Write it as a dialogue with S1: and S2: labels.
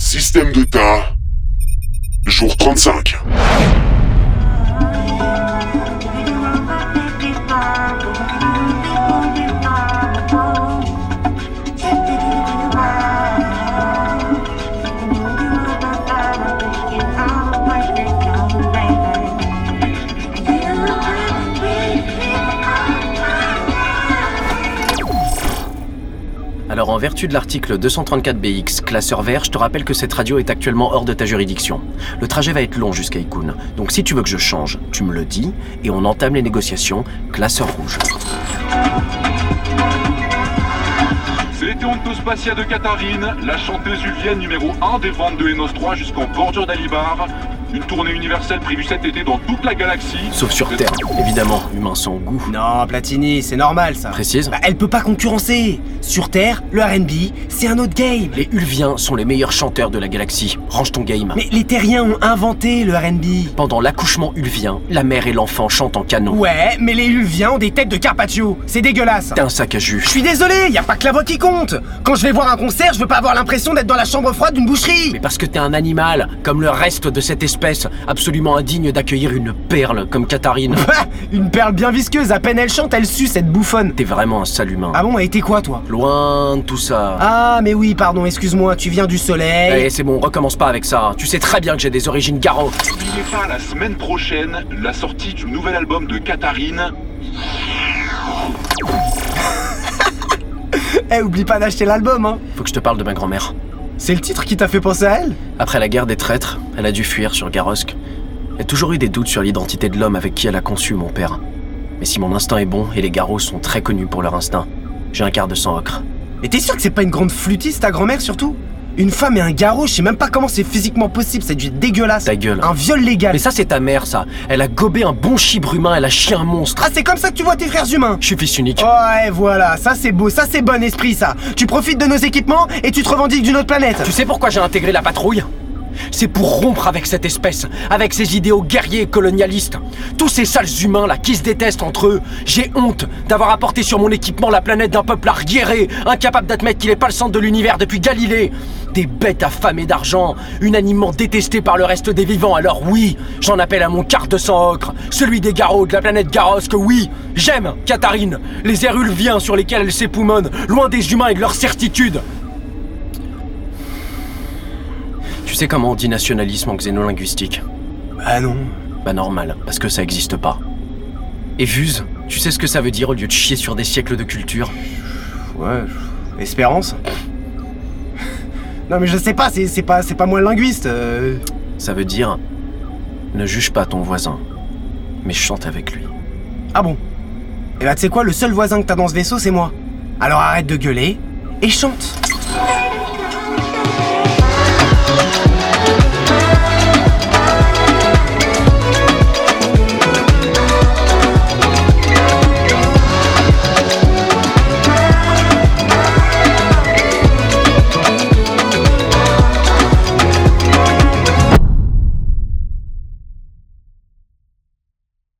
S1: Système de tas. Jour 35.
S2: Alors en vertu de l'article 234BX, classeur vert, je te rappelle que cette radio est actuellement hors de ta juridiction. Le trajet va être long jusqu'à Ikun, donc si tu veux que je change, tu me le dis et on entame les négociations, classeur rouge.
S3: C'était Spatia de Katharine, la chanteuse uvienne numéro 1 des ventes de Enos 3 jusqu'en bordure d'Alibar. Une tournée universelle prévue cet été dans toute la galaxie.
S2: Sauf sur Terre, évidemment, humain sans goût.
S4: Non, Platini, c'est normal ça.
S2: Précise
S4: Bah, elle peut pas concurrencer. Sur Terre, le RB, c'est un autre game.
S2: Les Ulviens sont les meilleurs chanteurs de la galaxie. Range ton game.
S4: Mais les Terriens ont inventé le RB.
S2: Pendant l'accouchement Ulvien, la mère et l'enfant chantent en canon.
S4: Ouais, mais les Ulviens ont des têtes de Carpaccio. C'est dégueulasse.
S2: T'es un sac à
S4: Je
S2: jus.
S4: suis désolé, y a pas que la voix qui compte. Quand je vais voir un concert, je veux pas avoir l'impression d'être dans la chambre froide d'une boucherie.
S2: Mais parce que t'es un animal, comme le reste de cette espèce, absolument indigne d'accueillir une perle comme Katharine.
S4: Bah, une perle bien visqueuse, à peine elle chante, elle sue cette bouffonne.
S2: T'es vraiment un sale humain.
S4: Ah bon, et t'es quoi toi
S2: Loin de tout ça.
S4: Ah, mais oui, pardon, excuse-moi, tu viens du soleil.
S2: Eh, c'est bon, recommence pas avec ça. Tu sais très bien que j'ai des origines garot.
S3: N'oubliez pas la semaine prochaine la sortie du nouvel album de Katharine.
S4: Eh, oublie pas d'acheter l'album, hein.
S2: Faut que je te parle de ma grand-mère.
S4: C'est le titre qui t'a fait penser à elle
S2: Après la guerre des traîtres, elle a dû fuir sur Garosque. J'ai toujours eu des doutes sur l'identité de l'homme avec qui elle a conçu mon père. Mais si mon instinct est bon, et les garros sont très connus pour leur instinct, j'ai un quart de sang ocre.
S4: Mais t'es sûr que c'est pas une grande flûtiste, ta grand-mère surtout Une femme et un garrot, je sais même pas comment c'est physiquement possible, c'est du dégueulasse.
S2: Ta gueule.
S4: Un viol légal.
S2: Mais ça, c'est ta mère, ça. Elle a gobé un bon chibre humain, elle a chié un monstre.
S4: Ah, c'est comme ça que tu vois tes frères humains
S2: Je suis fils unique.
S4: Ouais, voilà, ça c'est beau, ça c'est bon esprit, ça. Tu profites de nos équipements et tu te revendiques d'une autre planète.
S2: Tu sais pourquoi j'ai intégré la patrouille c'est pour rompre avec cette espèce, avec ces idéaux guerriers et colonialistes. Tous ces sales humains là qui se détestent entre eux. J'ai honte d'avoir apporté sur mon équipement la planète d'un peuple arriéré, incapable d'admettre qu'il n'est pas le centre de l'univers depuis Galilée. Des bêtes affamées d'argent, unanimement détestées par le reste des vivants. Alors oui, j'en appelle à mon quart de sang ocre, celui des garros de la planète Garosque. Oui, j'aime Katharine, les érulviens sur lesquels elle s'époumonne, loin des humains et de leur certitude. Tu sais comment on dit nationalisme en xénolinguistique
S4: Ah non.
S2: Bah normal, parce que ça existe pas. Et Vuse, tu sais ce que ça veut dire au lieu de chier sur des siècles de culture
S4: Ouais. Espérance Non, mais je sais pas, c'est c'est pas, c'est pas moi le linguiste. euh.
S2: Ça veut dire ne juge pas ton voisin, mais chante avec lui.
S4: Ah bon ben, Et bah, tu sais quoi, le seul voisin que t'as dans ce vaisseau, c'est moi. Alors arrête de gueuler et chante.